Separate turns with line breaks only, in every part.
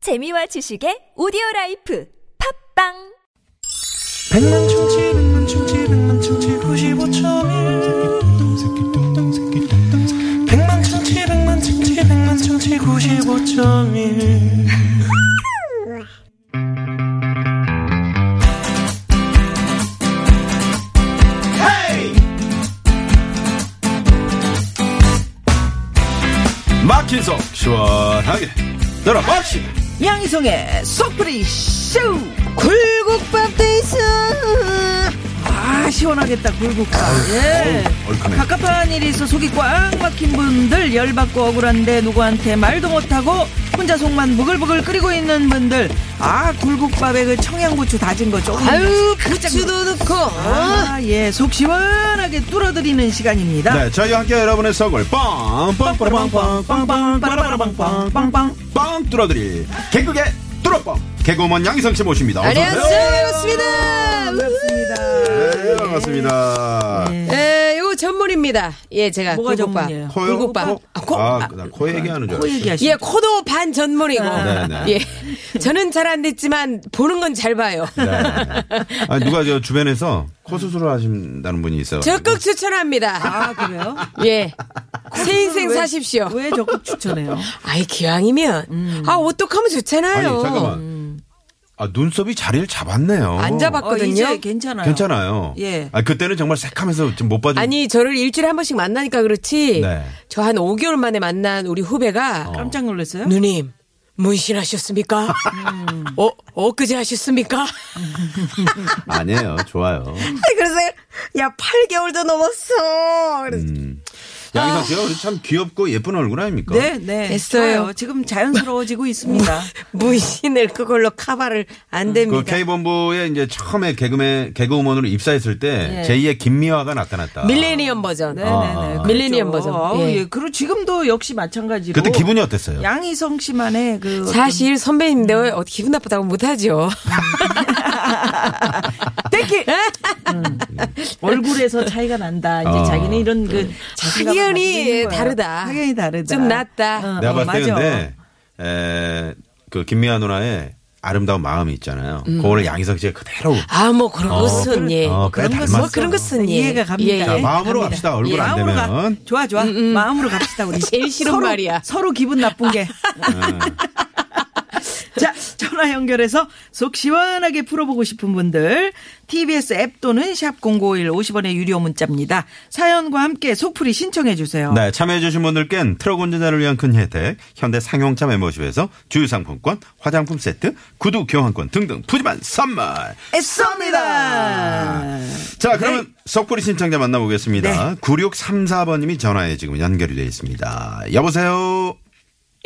재미와 지식의 오디오 라이프 팝빵
백만 충치 백만 충치 백만 충치 구십오점일 백만 충치 백만 충치 백만 충치 구십오점일
막힌 속 시원하게 들어봅시다.
양희성의 속풀이 쇼 굴국밥 데이스 아 시원하겠다 굴국밥 예.
얼큰해.
갑갑한 일이 있어 속이 꽉 막힌 분들 열받고 억울한데 누구한테 말도 못하고 혼자 속만 부글부글 끓이고 있는 분들 아 굴국밥에 그 청양고추 다진 거 조금
아유, 부추도 넣고. 어?
아예속 시원하게 뚫어드리는 시간입니다
네, 저희와 함께 여러분의 속을 빵빵 빵빵 빵빵 빵빵
빵빵
빵 뚫어드릴 개그의 뚫어뻥 개그우먼 양희성 씨 모십니다. 어서 오세요.
안녕하세요, 반갑습니다.
네. 반갑습니다
네, 반갑습니다.
예, 요거 전문입니다. 예, 제가
뭐가
굴국밥.
전문이에요?
코요?
굴국밥.
코?
아, 코?
아, 나코 얘기하는 줄
코
알았어요.
뭐 얘기하시
예, 코도 반 전문이고.
네, 네.
예. 저는 잘 안 됐지만 보는 건 잘 봐요.
네. 아니, 누가 저 주변에서 코 수술을 하신다는 분이 있어요.
적극 추천합니다.
아 그래요?
예. 새 인생
왜-
사십시오.
왜 적극 추천해요? 어,
아이, 기왕이면.
음.
아, 어떡하면
아니,
좋잖아요.
잠깐만. 아, 눈썹이 자리를 잡았네요.
안
어,
잡았거든요.
이제 괜찮아요.
괜찮아요.
예.
아, 그때는 정말 새카면서 좀못 봐주
아니, 저를 일주일에 한 번씩 만나니까 그렇지.
네.
저 한 5개월 만에 만난 우리 후배가
깜짝 놀랐어요?
누님 문신하셨습니까? 어 엊그제 하셨습니까?
아니에요. 좋아요.
그래서 야 8개월도 넘었어. 그래서
음. 양희성 씨가 우리 참 귀엽고 예쁜 얼굴 아닙니까?
네, 네.
됐어요. 음,
좋아요. 지금 자연스러워지고 있습니다.
문신을 그걸로 카바를 안
그
됩니다.
K본부에 이제 처음에 개그맨, 개그우먼으로 입사했을 때 제2의 김미화가 나타났다.
밀레니엄 버전.
네,
아.
네, 네.
밀레니엄
그렇죠.
버전.
아우,
예.
예. 그리고 지금도 역시 마찬가지로.
그때 기분이 어땠어요?
양희성 씨만의 그.
사실 선배님인데 왜 어떻게 기분 나쁘다고 못하죠.
떼끼!
예?
얼굴에서 차이가 난다. 이제
어.
자기는 이런 그. 자신감을
확연히
가지고 있는 거야.
다르다.
확연히 다르다.
좀 낫다.
내가
어,
봤을 때
맞아.
근데, 에, 그 김미화 누나의 아름다운 마음이 있잖아요. 그거를 양희성 씨가 그대로.
아 뭐 그런
어,
것은 예.
어, 그래,
그런 네,
닮았어.
뭐 그런 것은 예.
이해가 갑니다. 예,
예,
자,
예.
마음으로 갑시다. 얼굴 안
마음으로 가.
되면.
좋아, 좋아. 마음으로 갑시다, 우리.
제일 싫은
서로,
말이야. 아.
서로 기분 나쁜 게. 자, 전화 연결해서 속 시원하게 풀어보고 싶은 분들, TBS 앱 또는 샵0951 50원의 유료 문자입니다. 사연과 함께 속풀이 신청해주세요.
네, 참여해주신 분들께는 트럭 운전자를 위한 큰 혜택, 현대 상용차 멤버십에서 주유상품권, 화장품 세트, 구두 교환권 등등 푸짐한 선물!
애써입니다. 네.
자, 그러면 석불이 신청자 만나보겠습니다. 9634번님이 전화에 지금 연결이 되어 있습니다. 여보세요?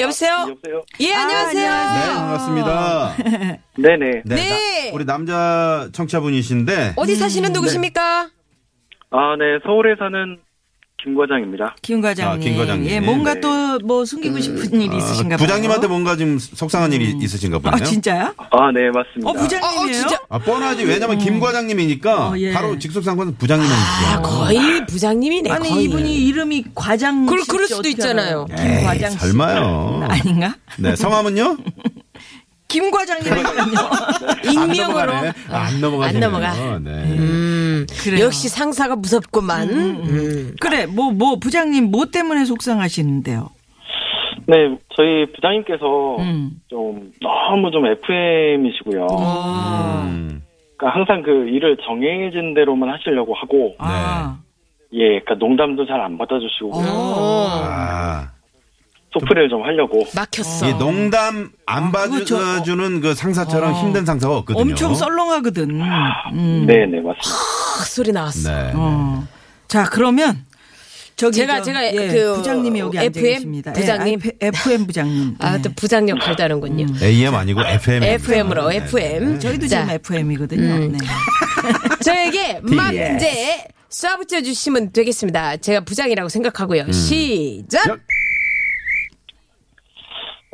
여보세요. 예 안녕하세요.
네, 반갑습니다.
네네.
네.
네.
나- 우리 남자 청취자분이신데,
어디 사시는 누구십니까?
아, 네. 서울에 사는 김과장입니다.
김 과장님.
아, 김 과장님. 음. 아,
예, 뭔가
네.
또 뭐 숨기고 싶은 일이 있으신가 봐요.
어, 부장님한테 뭔가 지금 속상한 일이 있으신가 보네요.
아, 진짜요?
아, 네. 맞습니다.
어, 부장님이에요?
아, 뻔하지. 왜냐면 김 과장님이니까
음. 어, 예.
바로 직속상관은 부장님이시죠.
아 거의 부장님이네.
아니
거의.
이분이 이름이 과장
그럴-
씨지
그럴 수도
어떻게
있잖아요.
알아요?
에이,
김 과장 씨
설마요.
아닌가?
네, 성함은요?
김 과장님이니까요.
익명으로.
안 넘어가네. 아, 안 넘어가.
안 넘어가.
네.
음,
그래요.
역시 상사가 무섭구만. 음.
그래 뭐 뭐 부장님 뭐 때문에 속상하시는데요?
네. 저희 부장님께서
음.
좀 너무 좀 FM이시고요.
아.
음.
그러니까 항상 그 일을 정해진 대로만 하시려고 하고,
아,
예, 그러니까 농담도 잘 안 받아주시고,
아.
소프를 좀 하려고.
막혔어.
이 농담 안
그거 저-
봐주는 그 상사처럼 힘든 상사가 없거든요.
엄청 썰렁하거든. 음.
네네. 맞습니다.
크 소리 나왔어.
네.
어. 자 그러면 저기
제가-
저,
제가
예,
그
부장님이 여기 앉아
FM
계십니다.
부장님.
예, 아이, FM 부장님. 네.
아, 또 부장 역할 다른군요.
음.
AM 아니고 FM. 네.
FM으로, FM.
저희도
자. 음.
지금 FM이거든요. 네.
저에게 막
TBS.
이제 쏴붙여 주시면 되겠습니다. 제가 부장이라고 생각하고요.
음.
시작!
시작.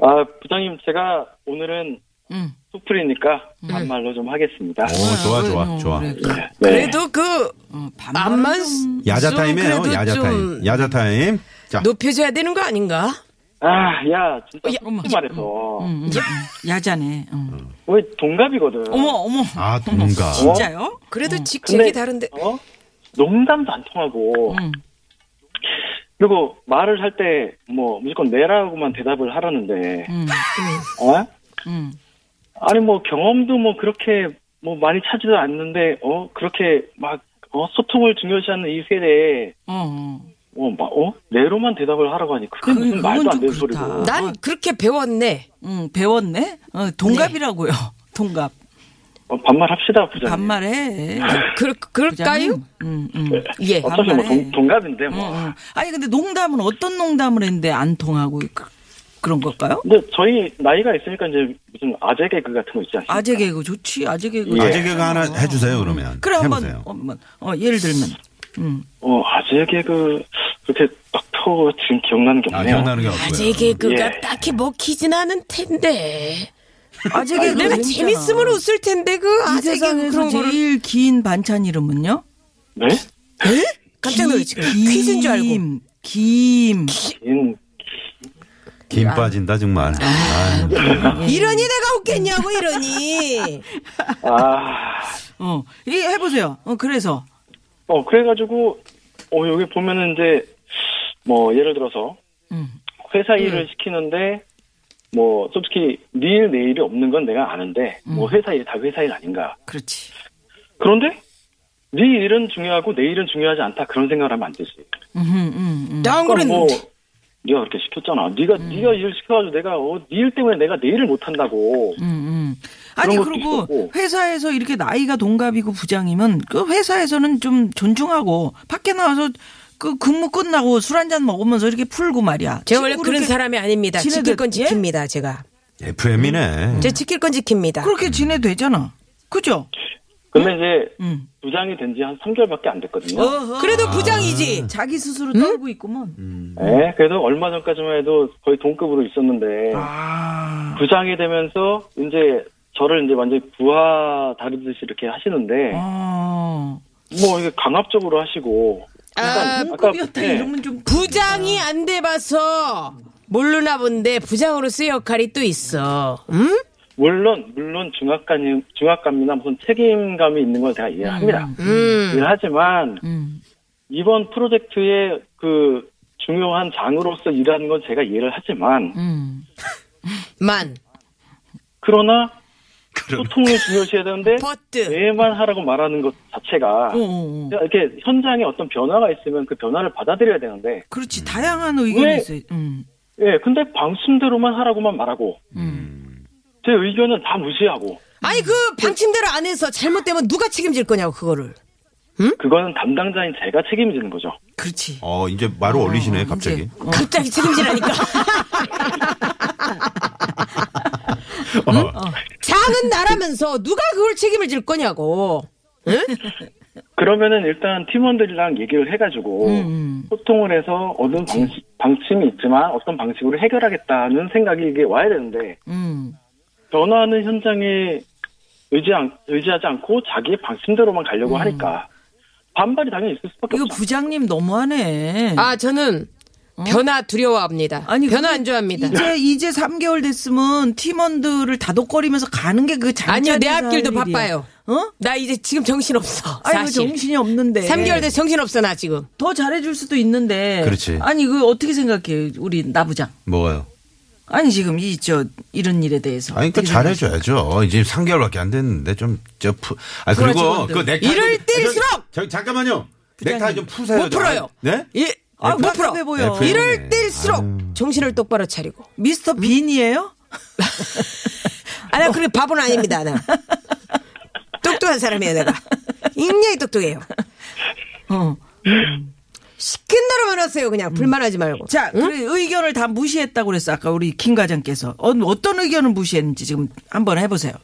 아, 부장님, 제가 오늘은
음.
소프리니까 반말로 좀 하겠습니다.
오, 좋아, 좋아,
어,
좋아.
그래.
네.
그래도 그,
어, 반말은
안만,
좀-
야자
좀
타임이에요.
그래도
야자
좀
타임. 야자 타임. 자,
높여줘야 되는 거 아닌가?
아, 야, 진짜
야,
솔직히
어, 야,
말해서
음, 음, 음. 야자네. 음. 뭐?
우리 동갑이거든.
어머 어머.
아, 동갑.
진짜요?
그래도
근데-
직책이 다른데.
어? 농담도 안 통하고
음.
그리고 말을 할 때 뭐 무조건 내라고만 대답을 하라는데
음.
어?
음.
아니 뭐 경험도 뭐 그렇게 뭐 많이 차지도 않는데 어 그렇게 막 어, 소통을 중요시하는 이 세대에
어.
어, 막, 어? 내로만 대답을 하라고 하니 그게
그-
무슨
그건
말도 안
좀
되는
그렇다.
소리고.
난 그렇게 배웠네.
응, 음, 배웠네? 어, 동갑이라고요. 동갑.
어, 반말합시다, 부장님.
반말해.
그, 그럴까요?
부장님. 응, 응.
예.
어차피
네,
뭐
반말해.
동, 동갑인데 뭐.
어, 어. 아니, 근데 농담은 어떤 농담을 했는데 안 통하고 그, 그런 걸까요?
근데 저희 나이가 있으니까 이제 무슨 아재 개그 같은 거 있지 않습니까?
아재 개그 좋지, 아재 개그.
예.
아재 개그 하나 해주세요, 그러면.
그래, 한번,
해보세요.
한번, 어, 예를 들면. 음.
어, 아재 개그 그렇게 딱 터고 지금 기억나는 게
아,
없네요.
기억나는 게 없고요.
아재 개그가
예.
딱히 먹히진 않을 텐데.
아재 음, 개그.
내가
재밌잖아.
재밌으면 웃을 텐데 그
그러니까. 이
아재 개그
세상에서
그런 거를
제일 긴 반찬 이름은요?
네?
깜짝 놀랐 지금 그 퀴즈인 줄 알고.
김. 김.
인,
김 빠진다, 정말. 아유.
이러니 내가 웃겠냐고 이러니.
아,
어, 이 해보세요. 어, 그래서.
어, 그래가지고, 어, 여기 보면은 이제, 뭐, 예를 들어서,
음.
회사 일을 시키는데, 뭐, 솔직히, 니일 내일이 없는 건 내가 아는데, 뭐, 회사 일이 다 회사 일 아닌가.
그렇지.
그런데 네 일은 중요하고 내 일은 중요하지 않다 그런 생각을 하면 안 되지.
음, 음, 음.
나안
그러니까 뭐
그랬는데.
네가 그렇게 시켰잖아. 네가 네가 일을 시켜가지고 내가 어, 네 일 때문에 내가 내 일을 못 한다고.
음, 음. 아니
그런 것도
그리고
있었고.
회사에서 이렇게 나이가 동갑이고 부장이면 그 회사에서는 좀 존중하고 밖에 나와서 그 근무 끝나고 술 한 잔 먹으면서 이렇게 풀고 말이야.
제가 원래
친구
그런
이렇게
사람이 아닙니다.
지내도-
지킬 건
예?
지킵니다, 제가.
FM이네.
제가 지킬 건 지킵니다.
그렇게 지내되잖아. 그죠?
근데 이제
음.
부장이 된 지 한 3개월밖에 안
어,
됐거든요.
그래도 부장이지.
어, 자기 스스로 떨고 있구먼.
네, 그래서 얼마 전까지만 해도 거의 동급으로 있었는데
아.
부장이 되면서 이제 저를 이제 완전히 부하 다루듯이 이렇게 하시는데
아.
뭐 이게 강압적으로 하시고
아,
아까-
급이었다
네.
이러면 좀
부장이 안 돼봐서 모르나 본데 부장으로서 역할이 또 있어. 음? 응?
물론 물론 중압감 중압감이나 무슨 책임감이 있는 걸 제가 이해합니다.
음.
하지만
음.
이번 프로젝트의 그 중요한 장으로서 일하는 건 제가 이해를 하지만
음.
만.
그러나
그럼
소통을 중요시해야 되는데
버트.
내만 하라고 말하는 것 자체가
어, 어, 어.
이렇게 현장에 어떤 변화가 있으면 그 변화를 받아들여야 되는데
그렇지. 다양한 의견이
왜?
있어요. 음.
예 근데 방침대로만 하라고만 말하고 제 의견은 다 무시하고
아니 그 방침대로 안 해서 잘못되면 누가 책임질 거냐고 그거를.
그거는 담당자인 제가 책임지는 거죠.
그렇지.
어, 이제 말을 올리시네, 갑자기.
이제, 어.
갑자기 책임지라니까.
어.
장은 나라면서 누가 그걸 책임을 질 거냐고.
그러면은 일단 팀원들이랑 얘기를 해가지고
음.
소통을 해서 어떤 방식, 방침이 있지만 어떤 방식으로 해결하겠다는 생각이 이게 와야 되는데
음.
변화하는 현장에 의지 안, 의지하지 않고 자기 방침대로만 가려고 하니까 반발이 당연히 있을
음.
수밖에
이거
없죠.
부장님 너무하네.
아 저는 변화 두려워합니다.
어? 아니,
변화
근데
안 좋아합니다.
이제 이제 3개월 됐으면 팀원들을 다독거리면서 가는 게 그 장자.
아니요, 내 앞길도 바빠요.
어?
나 이제 지금 정신 없어.
아니 왜
사실.
정신이 없는데.
3개월 돼서 정신 없어 나 지금.
더 잘해줄 수도 있는데.
그렇지.
아니 그 어떻게 생각해 우리 나부장?
뭐가요?
아니 지금 이 저 이런 일에 대해서.
아니, 그러니까
어떻게
잘해줘야죠. 이제 3개월밖에 안 됐는데, 좀, 저, 푸, 아, 그리고,
그렇죠.
그 넥타이.
이럴
좀-
때일수록!
저, 저, 잠깐만요. 넥타이 좀 푸세요.
못
좀.
풀어요.
네?
예. 아, 못 풀어.
뭐 답답해 보여.
FM.
이럴 때일수록 정신을 똑바로 차리고.
생각해? 미스터 빈이에요?
아,
뭐.
나 그래 바보는 아닙니다. 나 똑똑한 사람이에요, 내가. 굉장히 똑똑해요.
어. 음.
시킨 대로만 하세요, 그냥 불만하지 말고.
자, 그래 의견을 다 무시했다고 그랬어 아까 우리 김 과장께서 어, 어떤 의견을 무시했는지 지금 한번 해보세요.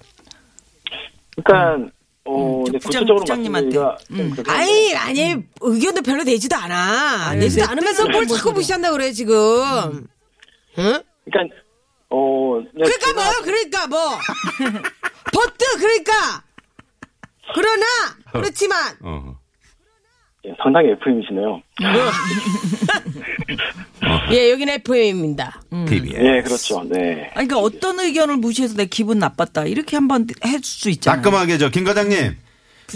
그러니까 어,
음. 좀
이제
부장-
구체적으로
부장님한테.
말씀드리기가
음.
좀 그런데
아니, 아니, 의견도 별로 내지도 않아. 내지도 않으면서 뭘 자꾸 무시한다 그래, 지금. 응?
그러니까 어 그냥
그러니까
제가-
뭐, 그러니까 뭐. 버트, 그러니까. 그러나, 그렇지만,
어.
예, 상당히 FM이시네요.
예, 여긴 FM입니다.
TBS.
예, 그렇죠. 네.
아니, 그러니까 어떤 의견을 무시해서 내 기분 나빴다. 이렇게 한번 해줄 수 있잖아요.
따끔하게 저 김 과장님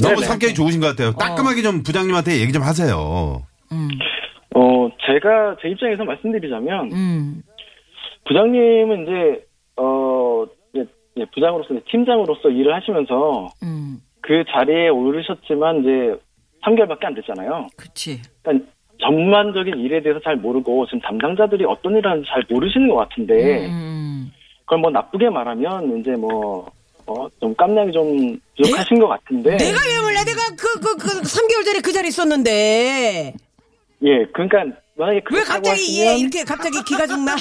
너무
네네.
성격이 좋으신 것
어.
같아요. 따끔하게 좀 부장님한테 얘기 좀 하세요.
어, 제가 제 입장에서 말씀드리자면
음.
부장님은 이제 어 이제 이제 부장으로서 이제 팀장으로서 일을 하시면서
음.
그 자리에 오르셨지만 이제 3개월밖에 안 됐잖아요.
그치.
그러니까 전반적인 일에 대해서 잘 모르고 지금 담당자들이 어떤 일 하는지 잘 모르시는 것 같은데
음.
그걸 뭐 나쁘게 말하면 이제 뭐 어, 좀 깜냥이 좀
네?
부족하신 것 같은데
내가 왜 몰라? 내가 그, 그, 그, 3개월 전에 그 자리 있었는데.
예 그러니까 만약에
왜
그렇다고
갑자기,
하시면
예, 이렇게 갑자기 기가 죽나?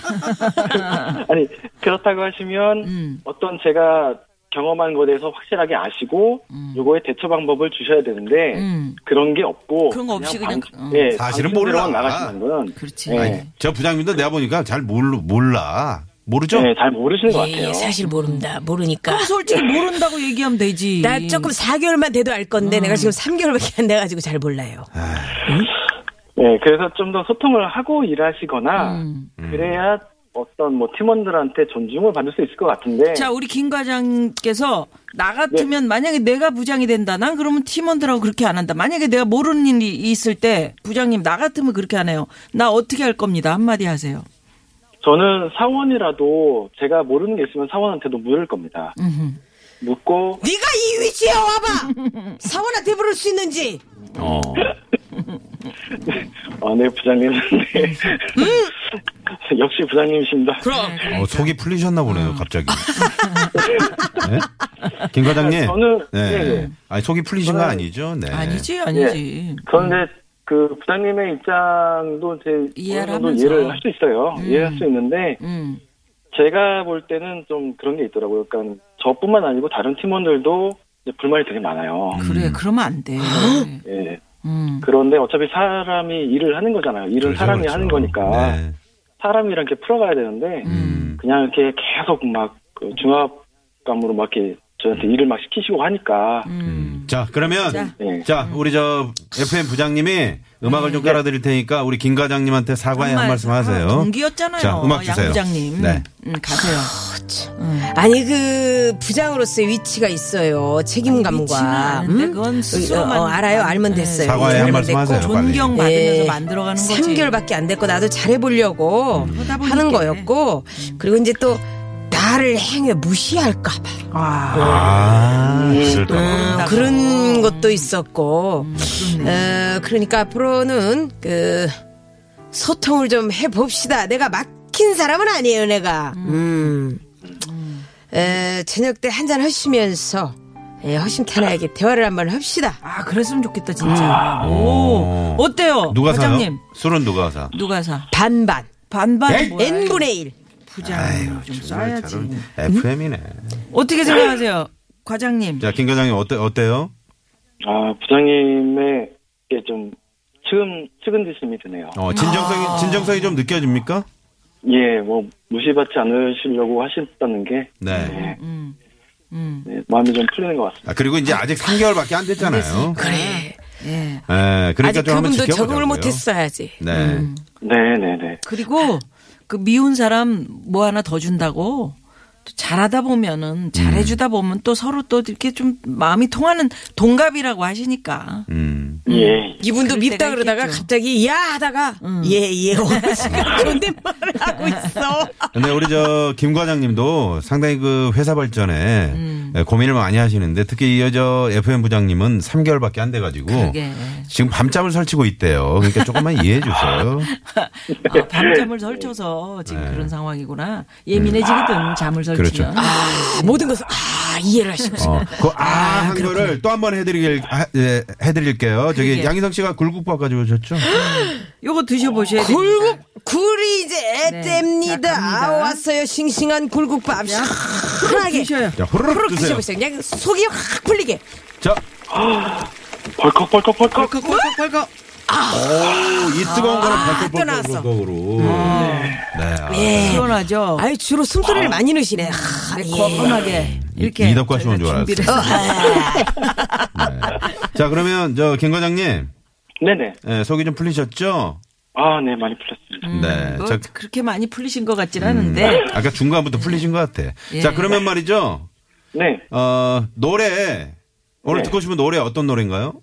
아니 그렇다고 하시면
음.
어떤 제가 경험한 것에 대해서 확실하게 아시고 요거에 대처 방법을 주셔야 되는데
음.
그런 게 없고
그런 거 없이 그냥 그- 어.
예,
사실은
방식대로만
몰라.
나가시는 건
그렇지.
예,
아니,
저 부장님도 내가 보니까 잘 몰라. 몰라. 모르죠?
예, 잘 모르시는 것 같아요.
예, 사실 모른다. 모르니까. 예.
그럼 어, 솔직히 모른다고 얘기하면 되지.
나 조금 4개월만 돼도 알 건데, 내가 지금 3개월밖에 안 돼가지고 잘 몰라요.
예, 그래서 좀 더 소통을 하고 일하시거나
음.
그래야 어떤 뭐 팀원들한테 존중을 받을 수 있을 것 같은데
자, 우리 김 과장께서 나 같으면 만약에 내가 부장이 된다. 난 그러면 팀원들하고 그렇게 안 한다. 만약에 내가 모르는 일이 있을 때 부장님 나 같으면 그렇게 안 해요. 나 어떻게 할 겁니다. 한마디 하세요.
저는 사원이라도 제가 모르는 게 있으면 사원한테도 물을 겁니다. 묻고
네가 이 위치에 와봐! 사원한테 부를 수 있는지!
어.
아, 네, 부장님. 네.
음.
역시 부장님이십니다.
그럼.
어, 속이 풀리셨나 보네요, 갑자기. 네? 김 과장님.
저는-
네.
네.
아니, 속이 풀리신 거
저는-
아니죠? 네.
아니지, 아니지.
그런데 그 부장님의 입장도 제
이해를
어느 정도
하면서.
이해를 할 수 있어요. 이해할 수 있는데
음.
제가 볼 때는 좀 그런 게 있더라고요. 그러니까 저뿐만 아니고 다른 팀원들도 이제 불만이 되게 많아요.
음.
그래, 그러면 안 돼.
아.
예.
음.
그런데 어차피 사람이 일을 하는 거잖아요. 일은
그렇죠,
사람이
그렇죠.
하는 거니까
네.
사람이랑 이렇게 풀어가야 되는데
음.
그냥 이렇게 계속 막그 중압감으로 막 이렇게 저한테 일을 막 시키시고 하니까
음. 자, 그러면 자,
네.
우리 저 FM 부장님이 음악을 좀 깔아 드릴 테니까 우리 김 과장님한테 사과의 한 말씀 하세요.
네. 아, 동기였잖아요.
자, 음악 주세요.
양 부장님.
네.
음, 가세요.
아니, 그, 부장으로서의 위치가 있어요.
위치는
책임감과.
아는데 그건
어,
스스로만
어, 알아요. 알면
네.
됐어요.
사과의 한
알면
말씀
됐고.
하세요.
존경 받으면서
네.
만들어가는 거지.
3개월밖에 안 됐고 나도 잘해보려고
그러다 보니까.
하는 음. 거였고 그리고 이제 또 나를 행여 무시할까봐
와.
아, 그럴까 봐.
음, 그런 것도 있었고 어, 그러니까 앞으로는 그 소통을 좀 해봅시다. 내가 막힌 사람은 아니에요. 내가 음. 에, 저녁 때 한잔 하시면서 예, 허심탄회하게 대화를 한번 합시다.
아, 그랬으면 좋겠다, 진짜. 오.
오.
어때요?
음. 누가
과장님.
사요? 술은 누가 사?
누가 사?
반반
반반 뭐야?
네? n 분의 1
부장 좀 써야지.
FM이네.
어떻게 생각하세요? 과장님.
자, 김 과장님 어때 어때요?
아, 부장님의 게좀 측은 측은지심이 드네요.
어, 진정성이
아.
진정성이 좀 느껴집니까?
예, 뭐 무시받지 않으시려고 하셨다는 게
네.
네, 네, 마음이 좀 풀리는 것 같습니다.
아, 그리고 이제 아직 3개월밖에 안 됐잖아요.
음. 그래
예.
예, 그러니까
아직
좀 한번
그분도
지켜보자고요.
적응을 음. 못했어야지.
네.
네, 네, 네.
그리고 그 미운 사람 뭐 하나 더 준다고 또 잘하다 보면은
음.
잘해주다 보면 또 서로 또 이렇게 좀 마음이 통하는 동갑이라고 하시니까
음.
예.
이분도
그럴
밉다
때가
그러다가
있겠죠.
갑자기 야 하다가
음.
예예 오늘 지금 존댓말을 하고 있어.
근데 우리 저 김 과장님도 상당히 그 회사 발전에
음.
예, 고민을 많이 하시는데 특히 이 여자 FM 부장님은 3개월밖에 안 돼가지고
그러게.
지금 밤잠을 설치고 있대요. 그러니까 조금만 이해해 주세요.
아, 밤잠을 설쳐서 지금 그런 상황이구나 예민해지거든 잠을
네.
설치면
음. 그렇죠.
아, 모든 것을 아 이해를 하시고
어, 그아한 거를 또 한 번 해드릴 하- 예, 해드릴게요. 저기
그러게요.
양희성 씨가 굴국밥 가지고 오셨죠?
요거
아,
드셔보셔야 돼요.
굴국 굴이 이제
네,
애답니다.
자, 갑니다.
아, 왔어요 싱싱한 굴국밥 시원하게
드셔요.
자, 호로록,
후루룩
드세요.
드셔보세요. 그냥 속이 확 풀리게.
자,
벌컥, 벌컥, 벌컥.
벌컥벌컥
오, 이 아, 뜨거운 거는
또 나왔어.
벌컥벌컥으로. 네. 아,
예.
시원하죠.
아유 주로 숨소리를 많이
음,
넣으시네. 아, 예.
매콤하게 이렇게
이덕과 씨인 줄 알았어요.
준비를 해서
자, 그러면 저 김 과장님
네네.
예, 속이 좀 풀리셨죠?
아, 네, 많이 풀렸습니다.
네.
뭐
자,
그렇게 많이 풀리신 것 같진
음,
않은데
아까 중간부터 풀리신 것 같아.
예.
자, 그러면 말이죠.
네.
어, 노래. 오늘
네.
듣고 싶은 노래 어떤 노래인가요?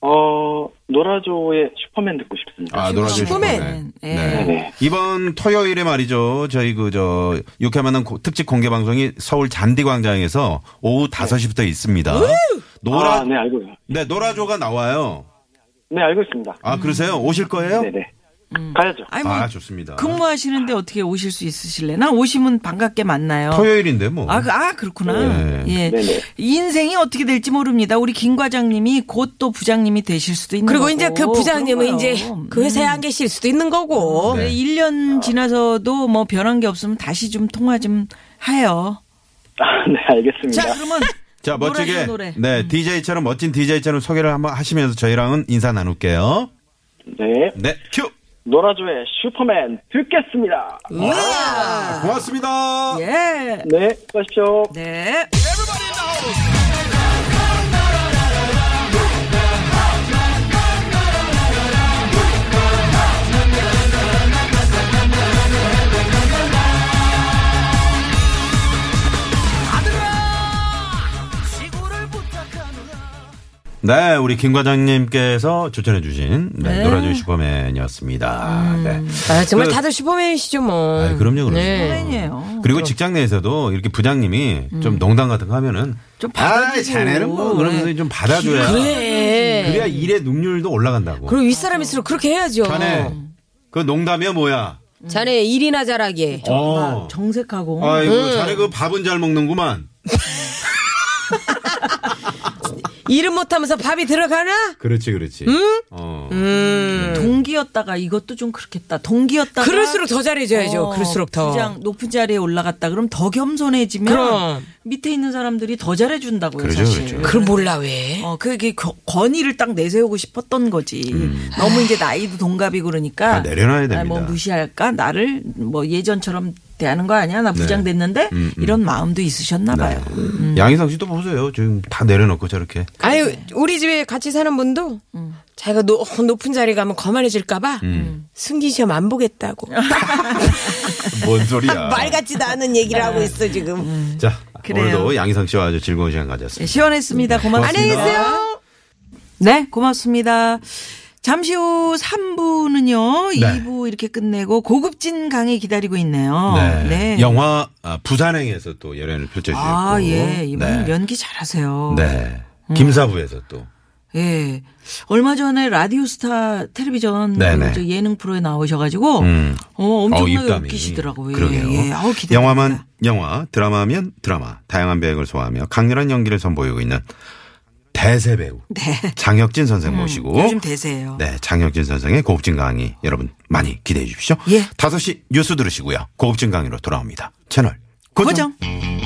어, 노라조의 슈퍼맨 듣고 싶습니다.
아, 노래 주실
슈퍼맨.
거네.
예.
네.
네.
이번 토요일에 말이죠. 저희 그 저 유쾌만한 특집 공개 방송이 서울 잔디 광장에서
네.
오후 5시부터 있습니다. 노라
아, 네, 알고,
네, 노라조가 나와요.
네, 알고 있습니다.
아, 그러세요? 오실 거예요?
네네. 가야죠.
아니 음. 뭐
아, 좋습니다.
근무하시는데 어떻게 오실 수 있으실래나 오시면 반갑게 만나요.
토요일인데 뭐.
아, 그- 아 그렇구나.
네.
예.
네네.
인생이 어떻게 될지 모릅니다. 우리 김 과장님이 곧 또 부장님이 되실 수도 있는
그리고
거고.
이제 그 부장님은
그런 거요.
이제 그 회사에 안 계실 수도 있는 거고.
네.
네. 1년 지나서도 뭐 변한 게 없으면 다시 좀 통화 좀 해요.
아, 네, 알겠습니다.
자, 그러면
자, 멋지게
노래죠, 음. 노래.
네, DJ처럼 멋진 DJ처럼 소개를 한번 하시면서 저희랑은 인사 나눌게요.
네.
네, 큐.
노라조의 슈퍼맨 듣겠습니다.
음. 아, 고맙습니다.
예.
네, 수고하십시오.
네.
네, 우리 김 과장님께서 추천해 주신 네,
네. 음.
노라조 슈퍼맨이었습니다. 네.
아, 정말
그-
다들 슈퍼맨이시죠, 뭐.
아, 그럼요, 그럼요.
팬이에요.
그리고 직장 내에서도 이렇게 부장님이 좀 농담 같은 거 하면은
음. 좀
아,
받아주고.
자네는 뭐 그러면서
네.
좀 받아줘야
그래.
그래야 일의 능률도 올라간다고.
그리고 윗사람일수록 그렇게 해야죠.
자네 그 농담이야 뭐야?
자네 일이나 잘하게.
어.
정색하고.
아이고 자네 그 밥은 잘 먹는구만.
일은 못하면서 밥이 들어가나? 음.
그렇지 그렇지. 어.
동기였다가 이것도 좀 그렇겠다. 동기였다가
네. 그럴수록 더 잘해줘야죠.
어,
그럴수록 더.
부장 높은 자리에 올라갔다. 그럼 더 겸손해지면
그럼.
밑에 있는 사람들이 더 잘해준다고요.
그러죠,
사실.
그러죠.
그걸 몰라, 왜?
어, 그게 겨- 권위를 딱 내세우고 싶었던 거지. 너무 이제 나이도 동갑이고 그러니까.
다 음. 내려놔야 됩니다.
아, 뭐 무시할까? 나를 뭐 예전처럼 대하는 거 아니야?
네.
나 부장 됐는데? 이런 마음도 있으셨나 봐요.
양희성 씨도 보세요. 지금 다 내려놓고 저렇게.
아유, 우리 집에 같이 사는 분도 자기가 노- 어, 높은 자리 가면 거만해질까봐 승기 시험 안 보겠다고.
뭔 소리야?
말 같지도 않은 얘기를 하고 있어, 지금.
자
그래요.
오늘도 양희성 씨와 아주 즐거운 시간 가졌습니다.
네, 시원했습니다. 고맙습니다.
안녕히 계세요.
네, 고맙습니다. 잠시 후 3부는요,
네.
2부 이렇게 끝내고 고급진 강의 기다리고 어, 있네요.
네. 영화 아, 부산행에서 또 열연을 펼쳐주셨고.
아, 예. 음. 이분
네.
연기 잘하세요.
네. 김사부에서 또.
예. 얼마 전에 라디오스타 텔레비전
네네.
저 예능 프로에 나오셔가지고
음.
어,
어우,
엄청나게
입담이.
웃기시더라고요. 예,
그러게요.
예. 아우, 기대됩니다.
영화만 영화, 드라마면 드라마, 다양한 배역을 소화하며 강렬한 연기를 선보이고 있는 대세 배우 장혁진 선생 모시고
네. 음, 요즘 대세예요.
네, 장혁진 선생의 고급진 강의 여러분 많이 기대해 주십시오.
예.
5시 뉴스 들으시고요. 고급진 강의로 돌아옵니다. 채널 고정.
고정.